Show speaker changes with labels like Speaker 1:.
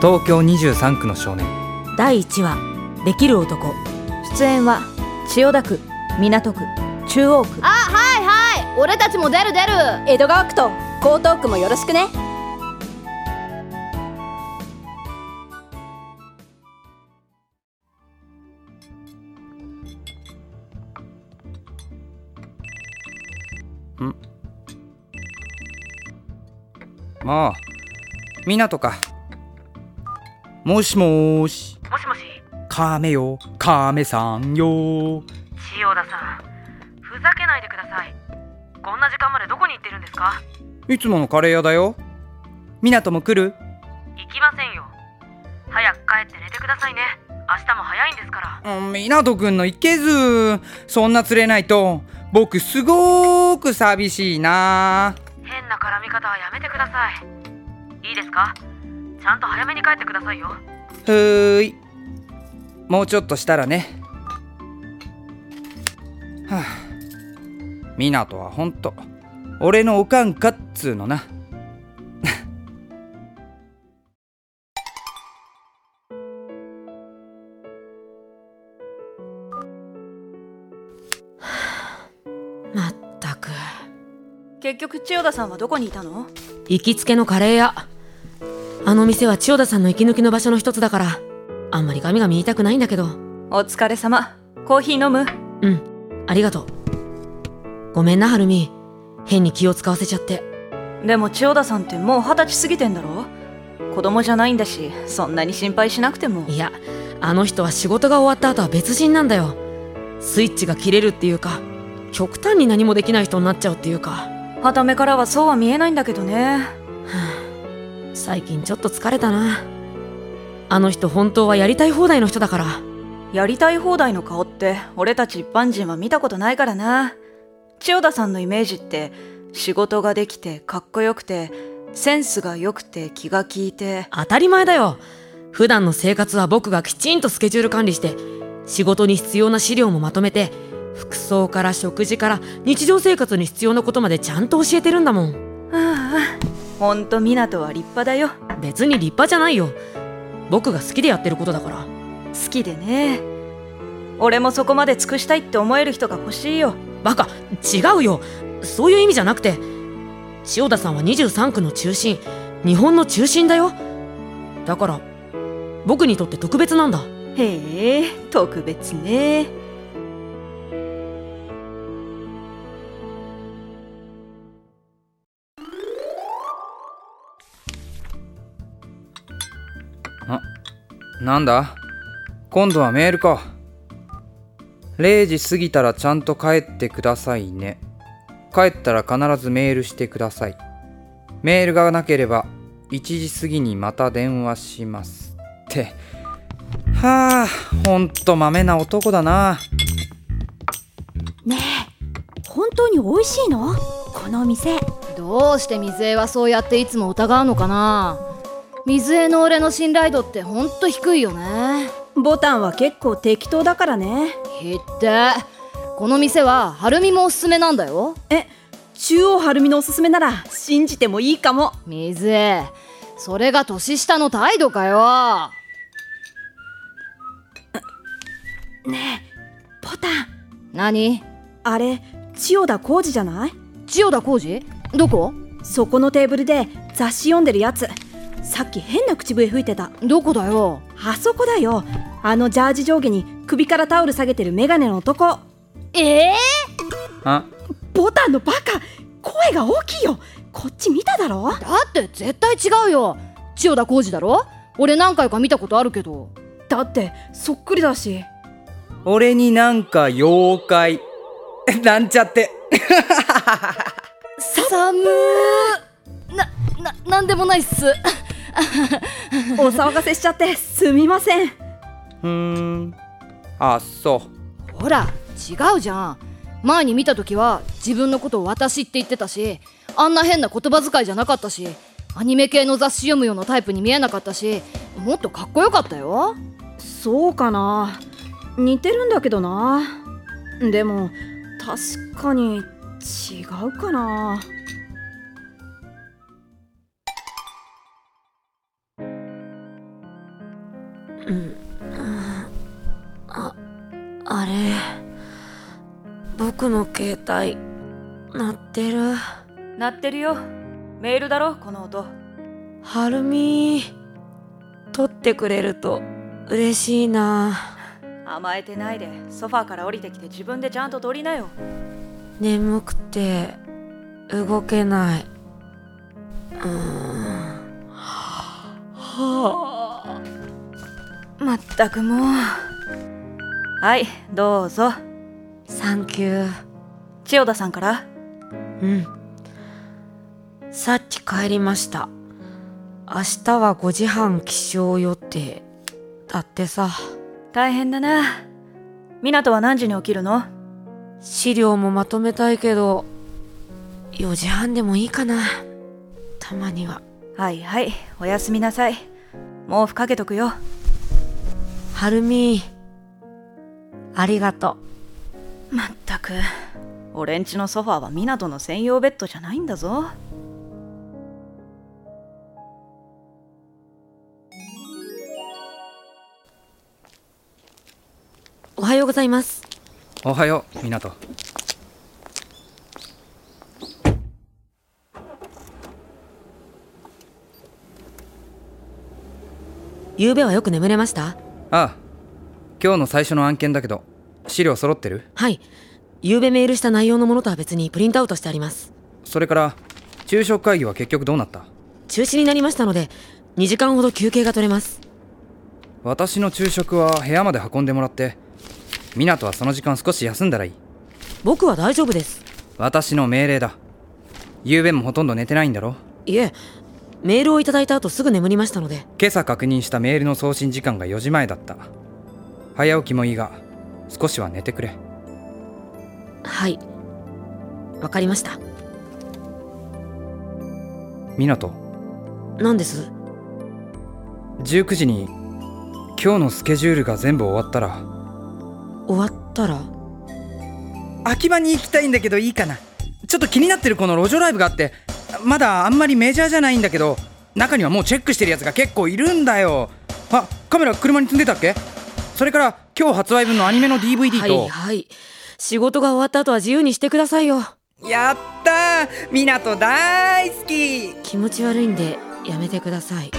Speaker 1: 東京23区の少年
Speaker 2: 第1話「できる男」出演は千代田区港区中央区
Speaker 3: あはいはい俺たちも出る出る
Speaker 4: 江戸川区と江東区もよろしくね
Speaker 1: まあ港かもしもーし
Speaker 5: もしもし
Speaker 1: カメよカメさんよ
Speaker 5: 千代田さんふざけないでくださいこんな時間までどこに行ってるんですか
Speaker 1: いつものカレー屋だよ港も来る
Speaker 5: 行きませんよ早く帰って寝てくださいね明日も早いんですから
Speaker 1: うん港くんのいけずそんな釣れないと僕すごーく寂しいな
Speaker 5: 変な絡み方はやめてくださいいいですかちゃんと早めに帰ってくださいよ
Speaker 1: ふーいもうちょっとしたらねはあ港はほんと俺のおかんかっつうのな
Speaker 2: まったく
Speaker 6: 結局千代田さんはどこにいたの
Speaker 2: 行きつけのカレー屋あの店は千代田さんの息抜きの場所の一つだからあんまり髪が見えたくないんだけど
Speaker 6: お疲れ様コーヒー飲む
Speaker 2: うんありがとうごめんなはるみ変に気を使わせちゃって
Speaker 6: でも千代田さんってもう二十歳過ぎてんだろ子供じゃないんだしそんなに心配しなくても
Speaker 2: いやあの人は仕事が終わった後は別人なんだよスイッチが切れるっていうか極端に何もできない人になっちゃうっていうか
Speaker 6: は目からはそうは見えないんだけどね
Speaker 2: 最近ちょっと疲れたなあの人本当はやりたい放題の人だから
Speaker 6: やりたい放題の顔って俺たち一般人は見たことないからな千代田さんのイメージって仕事ができてかっこよくてセンスが良くて気が利いて
Speaker 2: 当たり前だよ普段の生活は僕がきちんとスケジュール管理して仕事に必要な資料もまとめて服装から食事から日常生活に必要なことまでちゃんと教えてるんだもん
Speaker 6: ほんと湊は立派だよ
Speaker 2: 別に立派じゃないよ僕が好きでやってることだから
Speaker 6: 好きでね俺もそこまで尽くしたいって思える人が欲しいよ
Speaker 2: バカ違うよそういう意味じゃなくて千代田さんは23区の中心日本の中心だよだから僕にとって特別なんだ
Speaker 6: へえ特別ね
Speaker 1: なんだ今度はメールか0時過ぎたらちゃんと帰ってくださいね帰ったら必ずメールしてくださいメールがなければ1時過ぎにまた電話しますってはあほんとマメな男だな
Speaker 4: ねえ本当に美味しいのこの店
Speaker 3: どうして水江はそうやっていつも疑うのかな水江の俺の信頼度ってほんと低いよね
Speaker 4: ボタンは結構適当だからね
Speaker 3: ひってこの店ははるみもおすすめなんだよ
Speaker 4: 中央晴海のおすすめなら信じてもいいかも
Speaker 3: 水江それが年下の態度かよ
Speaker 4: ボタン
Speaker 3: 何
Speaker 4: あれ千代田浩二じゃない
Speaker 3: 千代田浩二どこ
Speaker 4: そこのテーブルで雑誌読んでるやつさっき変な口笛吹いてた
Speaker 3: どこだよ
Speaker 4: あそこだよあのジャージ上下に首からタオル下げてるメガネの男
Speaker 3: ええ
Speaker 1: あ
Speaker 4: ボタンのバカ声が大きいよこっち見ただろ
Speaker 3: だって絶対違うよ千代田浩二だろ俺何回か見たことあるけど
Speaker 4: だってそっくりだし
Speaker 1: 俺になんか妖怪なんちゃって
Speaker 3: 寒ーな、な、なんでもないっす
Speaker 4: お騒がせしちゃってすみません
Speaker 1: うーんあそう
Speaker 3: ほら、違うじゃん前に見た時は自分のことを私って言ってたしあんな変な言葉遣いじゃなかったしアニメ系の雑誌読むようなタイプに見えなかったしもっとかっこよかったよ
Speaker 4: そうかな似てるんだけどなでも確かに違うかな
Speaker 2: あれ、僕の携帯、鳴ってる。
Speaker 6: 鳴ってるよメールだろこの音
Speaker 2: はるみ、取ってくれると嬉しいな。
Speaker 6: 甘えてないでソファーから降りてきて自分でちゃんと取りなよ
Speaker 2: 眠くて、動けない。うーん。はあ。
Speaker 6: まったくもうはいどうぞ
Speaker 2: サンキュー。
Speaker 6: 千代田さんから
Speaker 2: うん。さっき帰りました。明日は5時半起床予定。だってさ、
Speaker 6: 大変だな湊は何時に起きるの
Speaker 2: 資料もまとめたいけど、4時半でもいいかな。たまには。
Speaker 6: はいはいおやすみなさい毛布かけとくよ
Speaker 2: はるみ、ありがと
Speaker 6: まったく俺んちのソファーは湊の専用ベッドじゃないんだぞ
Speaker 2: う。おはようございます。
Speaker 1: おはよう湊
Speaker 2: 昨夜はよく眠れました
Speaker 1: ああ今日の最初の案件だけど資料揃ってる
Speaker 2: はい。昨夜メールした内容のものとは別にプリントアウトしてあります。
Speaker 1: それから昼食会議は結局どうなった
Speaker 2: 中止になりましたので、2時間ほど休憩が取れます。
Speaker 1: 私の昼食は部屋まで運んでもらって湊はその時間少し休んだらいい
Speaker 2: 僕は大丈夫です。
Speaker 1: 私の命令だ昨夜もほとんど寝てないんだろ
Speaker 2: いえ、メールをいただいた後すぐ眠りましたので、
Speaker 1: 今朝確認したメールの送信時間が4時前だった早起きもいいが少しは寝てくれ
Speaker 2: はい。わかりました。
Speaker 1: 湊
Speaker 2: 何です
Speaker 1: 19時に今日のスケジュールが全部終わったら
Speaker 2: 終わったら
Speaker 1: 秋葉に行きたいんだけどいいかなちょっと気になってるこの路上ライブがあってまだあんまりメジャーじゃないんだけど中にはもうチェックしてるやつが結構いるんだよあカメラ車に積んでたっけそれから今日発売分のアニメの DVD と、
Speaker 2: はいはい。仕事が終わった後は自由にしてくださいよ。
Speaker 1: やったー湊大好き
Speaker 2: 気持ち悪いんでやめてください。